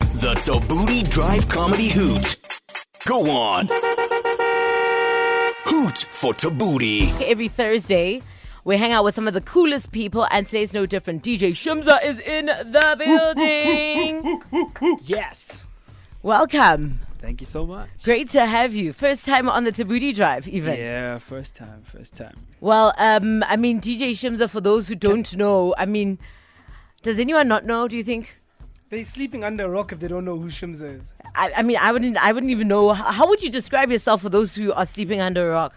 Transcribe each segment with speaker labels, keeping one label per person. Speaker 1: The Tobuti Drive Comedy Hoot. Go on. Hoot for Tabuti.
Speaker 2: Every Thursday, we hang out with some of the coolest people, and today's no different. DJ Shumza is in the building.
Speaker 3: Yes.
Speaker 2: Welcome.
Speaker 3: Thank you so much.
Speaker 2: Great to have you. First time on the Tabuti Drive, even.
Speaker 3: Yeah, first time, first time.
Speaker 2: Well, um, I mean, DJ Shumza, for those who don't know, I mean, does anyone not know, do you think?
Speaker 4: They're sleeping under a rock if they don't know who Shimza is.
Speaker 2: I, I mean, I wouldn't, I wouldn't even know. How how would you describe yourself for those who are sleeping under a rock?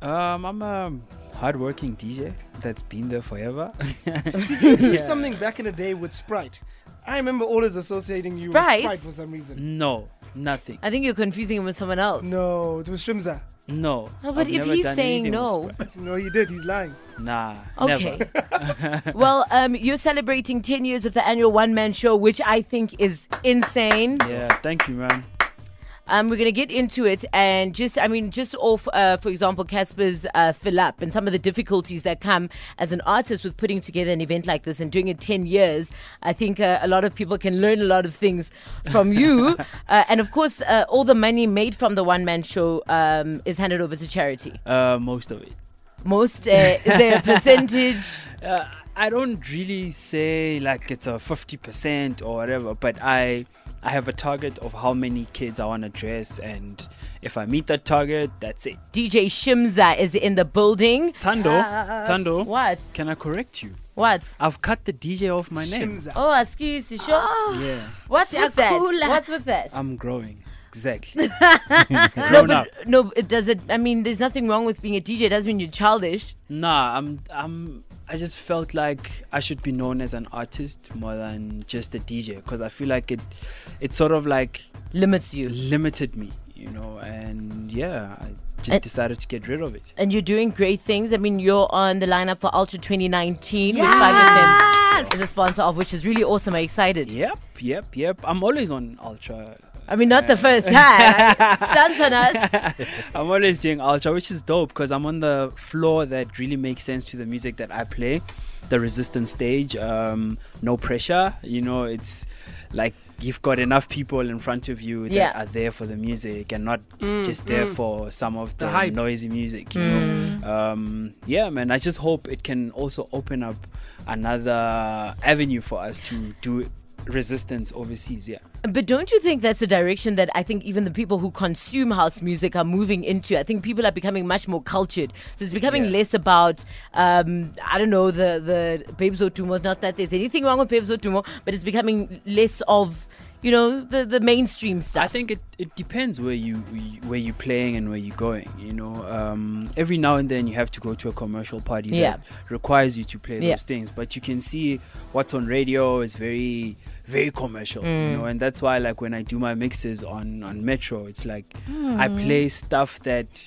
Speaker 3: Um, I'm a hardworking DJ that's been there forever.
Speaker 4: You did something back in the day with Sprite. I remember always associating you
Speaker 2: Sprite?
Speaker 4: with Sprite for some reason.
Speaker 3: no, nothing.
Speaker 2: I think you're confusing him with someone else.
Speaker 4: No, it was Shimza.
Speaker 3: No.
Speaker 2: No, but
Speaker 3: I've
Speaker 2: if
Speaker 3: never
Speaker 2: he's
Speaker 3: done
Speaker 2: saying
Speaker 3: anything
Speaker 2: no-
Speaker 3: with Sprite.
Speaker 4: No, he did. He's lying.
Speaker 3: nah,
Speaker 2: Okay.
Speaker 3: never.
Speaker 2: well, um, you're celebrating 10 years of the annual one man show, which I think is insane.
Speaker 3: Yeah, thank you, man.
Speaker 2: Um, we're going to get into it and just, I mean, just off, uh, for example, Casper's uh, fill up and some of the difficulties that come as an artist with putting together an event like this and doing it 10 years. I think uh, a lot of people can learn a lot of things from you. uh, and of course, uh, all the money made from the one man show um, is handed over to charity.
Speaker 3: Uh, most of it.
Speaker 2: Most, uh, is there a percentage?
Speaker 3: Uh, I don't really say like it's a fifty percent or whatever, but I I have a target of how many kids I want to dress, and if I meet that target, that's it.
Speaker 2: DJ Shimza is in the building.
Speaker 3: Tando, Tando,
Speaker 2: What?
Speaker 3: can I correct you?
Speaker 2: What?
Speaker 3: I've cut the DJ off my name.
Speaker 4: Shimza.
Speaker 2: Oh, excuse me. Sure.
Speaker 3: Yeah,
Speaker 2: What's with that?
Speaker 5: Siyakula.
Speaker 2: What's with that?
Speaker 3: I'm growing. Exactly. Grown up.
Speaker 2: No, it does it. I mean, there's nothing wrong with being a DJ. It doesn't mean you're childish.
Speaker 3: Nah, I'm. I'm. I just felt like I should be known as an artist more than just a DJ because I feel like it. It sort of like
Speaker 2: Limits you.
Speaker 3: limited me, you know, and yeah, I just
Speaker 2: And-
Speaker 3: decided to get rid of it.
Speaker 2: And you're doing great things. I mean, you're on the lineup for Ultra 2019, which 5FM is a sponsor of, which is really awesome. I'm excited.
Speaker 3: Yep, yep, yep. I'm always on Ultra.
Speaker 2: I mean, not the first time. Stunts on us.
Speaker 3: I'm always doing Ultra, which is dope because I'm on the floor that really makes sense to the music that I play. The resistance stage, um, no pressure. You know, it's like you've got enough people in front of you that
Speaker 2: Yeah.
Speaker 3: are there for the music and not just there for some of the,
Speaker 4: hype.
Speaker 3: noisy music. You know, um, yeah, man. I just hope it can also open up another avenue for us to do resistance overseas. Yeah.
Speaker 2: But don't you think that's a direction that I think even the people who consume house music are moving into? I think people are becoming much more cultured. So it's becoming
Speaker 3: Yeah.
Speaker 2: less about, um, I don't know, the, the Babes Otumo. Not that there's anything wrong with Babes Otumo, but it's becoming less of, you know, the, the mainstream
Speaker 3: I
Speaker 2: stuff.
Speaker 3: think it, it depends where you where you're playing and where you're going. You know, um, every now and then you have to go to a commercial party
Speaker 2: Yeah.
Speaker 3: that requires you to play
Speaker 2: Yeah.
Speaker 3: those things. But you can see what's on radio is very very commercial. You
Speaker 2: Mm.
Speaker 3: know, and that's why like when I do my mixes on on Metro, it's like
Speaker 2: Hmm.
Speaker 3: I play stuff that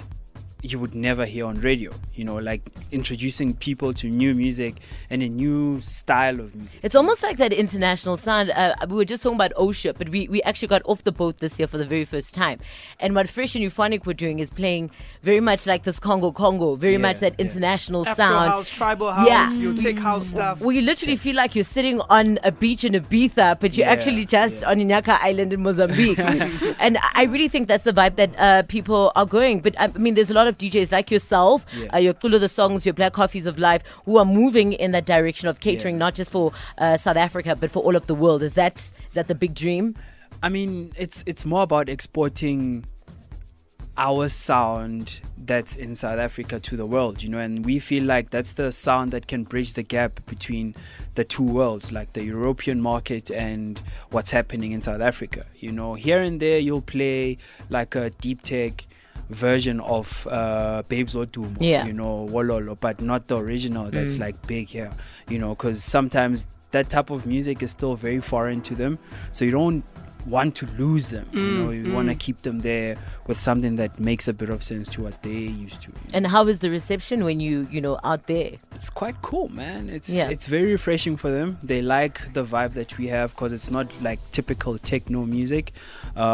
Speaker 3: you would never hear on radio. You know, like introducing people to new music and a new style of music.
Speaker 2: It's almost like that international sound. Uh, we were just talking about OSHA, but we, we actually got off the boat this year for the very first time. And what Fresh and Euphonic were doing is playing very much like this Congo Congo, very
Speaker 3: Yeah,
Speaker 2: much that
Speaker 3: yeah.
Speaker 2: international
Speaker 4: Afro
Speaker 2: Oh, sound.
Speaker 4: house, tribal house,
Speaker 2: Yeah.
Speaker 4: you'll take house stuff.
Speaker 2: Well, you literally feel like you're sitting on a beach in Ibiza, but you're
Speaker 3: Yeah,
Speaker 2: actually just
Speaker 3: yeah.
Speaker 2: on Inyaka Island in Mozambique. and I really think that's the vibe that uh, people are going. But um, I mean, there's a lot of DJs like yourself,
Speaker 3: Yeah.
Speaker 2: uh, your Kulu the Songs, your Black Coffees of Life, who are moving in that direction of catering
Speaker 3: Yeah.
Speaker 2: not just for uh, South Africa, but for all of the world. Is that is that the big dream?
Speaker 3: I mean, it's it's more about exporting our sound that's in South Africa to the world, you know, and we feel like that's the sound that can bridge the gap between the two worlds, like the European market and what's happening in South Africa. You know, here and there you'll play like a deep tech version of uh, Babes Odumo,
Speaker 2: Yeah.
Speaker 3: you know, Wololo, but not the original that's like big here, you know, because sometimes that type of music is still very foreign to them, so you don't want to lose them. You know, you want to keep them there with something that makes a bit of sense to what they used to.
Speaker 2: And how is the reception when you you know out there?
Speaker 3: It's quite cool, man. It's
Speaker 2: Yeah.
Speaker 3: it's very refreshing for them. They like the vibe that we have because it's not like typical techno music.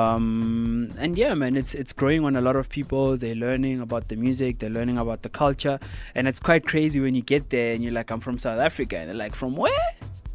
Speaker 3: Um, and yeah, man, it's it's growing on a lot of people. They're learning about the music. They're learning about the culture, and it's quite crazy when you get there and you're like, I'm from South Africa, and they're like, from where?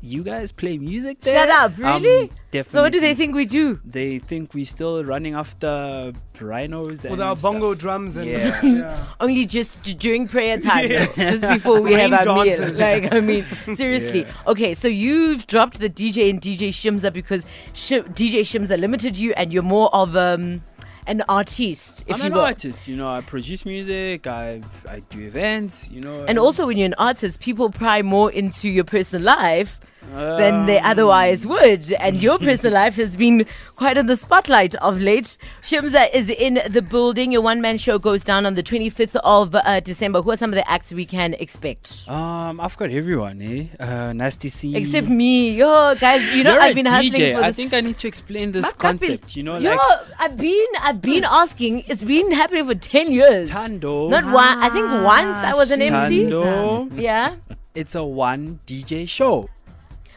Speaker 3: you guys play music there?
Speaker 2: Shut up,
Speaker 3: Um,
Speaker 2: really?
Speaker 3: definitely.
Speaker 2: so what do they think we do?
Speaker 3: They think we're still running after rhinos and
Speaker 4: with our
Speaker 3: stuff.
Speaker 4: bongo drums and
Speaker 3: Yeah.
Speaker 2: Only just d- during prayer time, just before we
Speaker 4: Rain
Speaker 2: have our meal.
Speaker 4: dances.
Speaker 2: Like, I mean, seriously. Okay, so you've dropped the DJ and DJ Shimza because Shim, DJ Shimza limited you, and you're more of um, an artiste, if
Speaker 3: I'm
Speaker 2: you
Speaker 3: an
Speaker 2: will.
Speaker 3: artist, you know. I produce music. I I do events, you know.
Speaker 2: And also, when you're an artist, people pry more into your personal life than they
Speaker 3: Um,
Speaker 2: otherwise would. And your personal life has been quite in the spotlight of late. Shimza is in the building. Your one man show goes down on the 25th of uh, December. Who are some of the acts we can expect?
Speaker 3: Um, I've got everyone, eh? Uh, nasty C.
Speaker 2: Except me. Yo, guys, you know,
Speaker 3: You're
Speaker 2: I've
Speaker 3: a
Speaker 2: been hustling
Speaker 3: DJ.
Speaker 2: for
Speaker 3: I
Speaker 2: this.
Speaker 3: think I need to explain this
Speaker 2: Makapi-
Speaker 3: concept. You know,
Speaker 2: Yo,
Speaker 3: like
Speaker 2: I've been, I've been asking. It's been happening for 10 years.
Speaker 3: Tando.
Speaker 2: Not one. I think once I was an MC.
Speaker 3: Tando.
Speaker 2: Yeah.
Speaker 3: It's a one DJ show.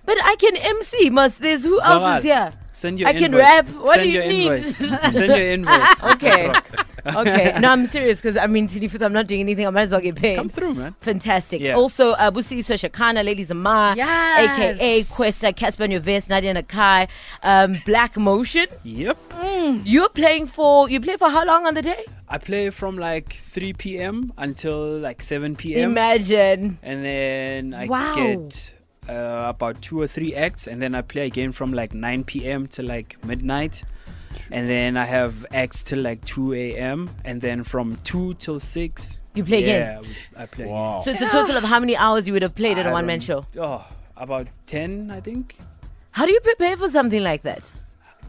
Speaker 2: But I can MC, must. There's who else
Speaker 3: Zawal,
Speaker 2: is here?
Speaker 3: Send your
Speaker 2: I can
Speaker 3: invoice.
Speaker 2: rap. What
Speaker 3: Send
Speaker 2: do you
Speaker 3: your
Speaker 2: need?
Speaker 3: Invoice. Send your invoice.
Speaker 2: Okay. okay. No, I'm serious because I mean, 25th, I'm not doing anything. I might as well get paid.
Speaker 3: Come through, man.
Speaker 2: Fantastic.
Speaker 3: Yeah.
Speaker 2: Also, uh, Busi Iswa Shakana, Ladies Amar,
Speaker 5: Yes.
Speaker 2: aka Questa, Casper Nuves, Nadia Nakai, um, Black Motion.
Speaker 3: Yep.
Speaker 2: You're playing for, you play for how long on the day?
Speaker 3: I play from like 3 p.m. until like 7 p.m.
Speaker 2: Imagine.
Speaker 3: and then I
Speaker 5: Wow.
Speaker 3: get uh, about two or three acts, and then I play again from like 9 p.m. to like midnight, and then I have acts till like 2 a.m. and then from 2 till 6.
Speaker 2: You play
Speaker 3: yeah, again? I play. Wow.
Speaker 2: So it's a total of how many hours you would have played at a one man show.
Speaker 3: Oh, about 10, I think.
Speaker 2: How do you prepare for something like that?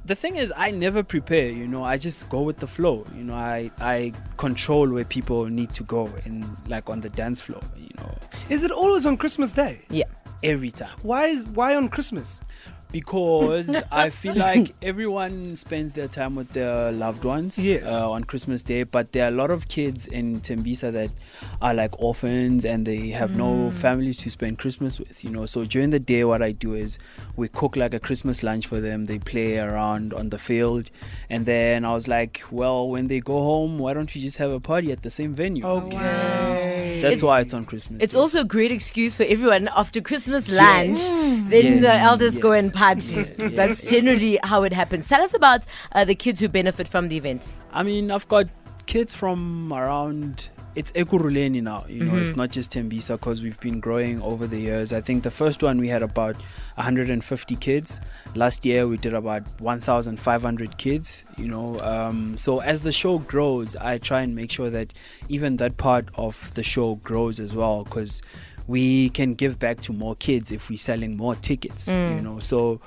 Speaker 3: The thing is, I never prepare. You know, I just go with the flow. You know, I I control where people need to go and like on the dance floor. You know,
Speaker 4: Is it always on Christmas Day?
Speaker 2: Yeah.
Speaker 3: every time.
Speaker 4: Why is why on Christmas?
Speaker 3: because I feel like everyone spends their time with their loved ones
Speaker 4: Yes.
Speaker 3: uh, on Christmas Day, but there are a lot of kids in Tembisa that are like orphans and they have no
Speaker 2: Mm.
Speaker 3: families to spend Christmas with, you know. So during the day, what I do is we cook like a Christmas lunch for them, they play around on the field, and then I was like, well, when they go home, why don't we just have a party at the same venue?
Speaker 4: Okay.
Speaker 3: That's
Speaker 2: It's-
Speaker 3: why it's on Christmas.
Speaker 2: It's
Speaker 3: Day.
Speaker 2: also a great excuse for everyone after Christmas lunch. Then the
Speaker 3: Yes.
Speaker 2: elders go
Speaker 3: Yes.
Speaker 2: and party.
Speaker 3: Yeah, yeah,
Speaker 2: That's
Speaker 3: yeah.
Speaker 2: generally how it happens. Tell us about uh, the kids who benefit from the event.
Speaker 3: I mean, I've got kids from around. It's Ekuruleni now, you know.
Speaker 2: Mm-hmm.
Speaker 3: It's not just Tembisa because we've been growing over the years. I think the first one we had about 150 kids. Last year we did about 1,500 kids, you know. Um, so as the show grows, I try and make sure that even that part of the show grows as well because we can give back to more kids if we're selling more tickets,
Speaker 2: Mm.
Speaker 3: you know. So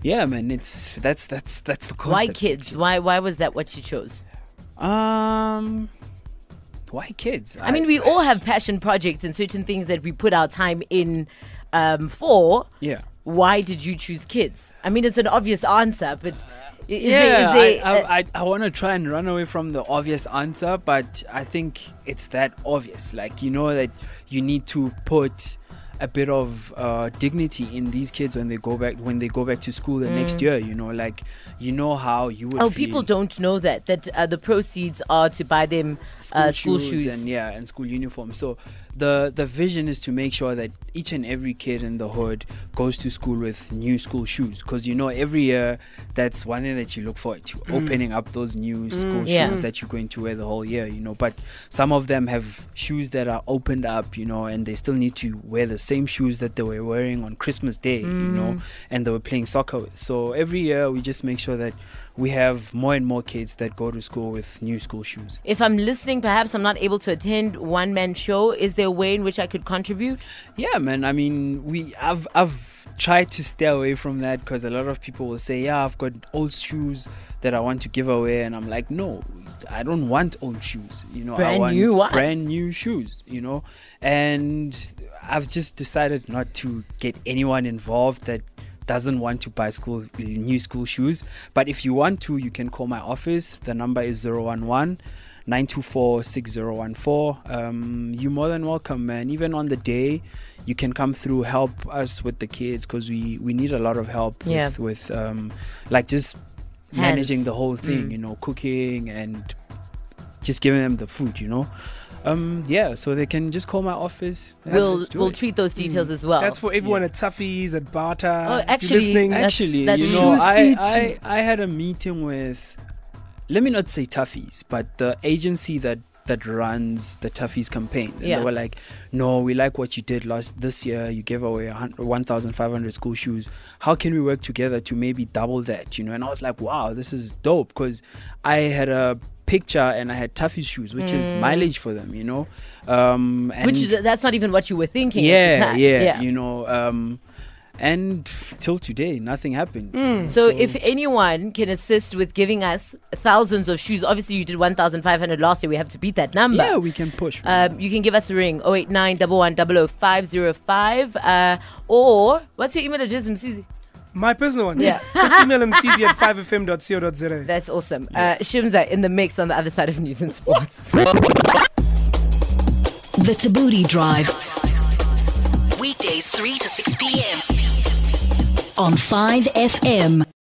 Speaker 3: yeah, man, it's that's that's that's the concept.
Speaker 2: why kids? Why why was that what you chose?
Speaker 3: Um, why kids?
Speaker 2: I mean, we all have passion projects and certain things that we put our time in um, for.
Speaker 3: yeah.
Speaker 2: Why did you choose kids? I mean, it's an obvious answer, but i- is
Speaker 3: yeah,
Speaker 2: there, is there
Speaker 3: I,
Speaker 2: uh,
Speaker 3: I, I, I want to try and run away from the obvious answer, but I think it's that obvious. Like, you know, that you need to put a bit of uh, dignity in these kids when they go back when they go back to school the next year you know like you know how you would
Speaker 2: Mm. oh,
Speaker 3: feel.
Speaker 2: people don't know that that uh, the proceeds are to buy them
Speaker 3: school,
Speaker 2: uh, school
Speaker 3: shoes, and yeah and school uniforms so the the vision is to make sure that each and every kid in the hood goes to school with new school shoes because you know every year that's one thing that you look forward to opening up those new school
Speaker 2: Mm. Yeah.
Speaker 3: shoes that you're going to wear the whole year you know but some of them have shoes that are opened up you know and they still need to wear the same shoes that they were wearing on christmas day you
Speaker 2: Mm.
Speaker 3: know and they were playing soccer with so every year we just make sure that we have more and more kids that go to school with new school shoes
Speaker 2: If I'm listening, perhaps I'm not able to attend one man show. Is there a way in which I could contribute?
Speaker 3: Yeah, man. I mean, we I've I've tried to stay away from that because a lot of people will say, "Yeah, I've got old shoes that I want to give away," and I'm like, "No, I don't want old shoes. You know, I
Speaker 2: Brand
Speaker 3: want
Speaker 2: new ones.
Speaker 3: brand new shoes. You know." And I've just decided not to get anyone involved that doesn't want to buy school new school shoes. But if you want to, you can call my office. The number is 011 924 6014. Um, you're more than welcome, man. Even on the day, you can come through, help us with the kids because we, we need a lot of help
Speaker 2: Yeah.
Speaker 3: with, with um, like just
Speaker 2: Hands. Mm.
Speaker 3: managing the whole thing, you know, cooking and just giving them the food, you know. Um, yeah, so they can just call my office. and
Speaker 2: We'll
Speaker 3: let's do
Speaker 2: we'll
Speaker 3: it. Hmm.
Speaker 2: tweet those details as well.
Speaker 5: That's for everyone at Tuffy's, at Barter.
Speaker 2: Oh,
Speaker 5: if you're
Speaker 2: actually,
Speaker 5: listening.
Speaker 2: that's-
Speaker 3: Actually,
Speaker 2: that's
Speaker 3: you know,
Speaker 5: true.
Speaker 3: I, I I had a meeting with, let me not say Tuffy's, but the agency that that runs the Tuffy's campaign. And
Speaker 2: Yeah.
Speaker 3: They were like, no, we like what you did last this year. You gave away a hun- 1,500 school shoes. How can we work together to maybe double that? You know, and I was like, wow, this is dope because I had a picture and I had Tuffy's shoes, which is mileage for them. You know, um, and
Speaker 2: Mm. which is, that's not even what you were thinking. at the
Speaker 3: yeah,
Speaker 2: time.
Speaker 3: yeah, you know, um, and till today, nothing happened.
Speaker 2: So, if anyone can assist with giving us thousands of shoes, obviously you did 1,500 last year. We have to beat that number.
Speaker 3: yeah, we can push. man.
Speaker 2: Um, you can give us a ring 089 uh, or what's your email address, Mzizi?
Speaker 5: My personal one.
Speaker 2: Yeah.
Speaker 5: Just email mcz at 5fm.co.za.
Speaker 2: That's awesome. Uh, Shimza in the mix on the other side of news and sports.
Speaker 6: The Tabooty Drive. Weekdays 3 to 6 p.m. on 5FM.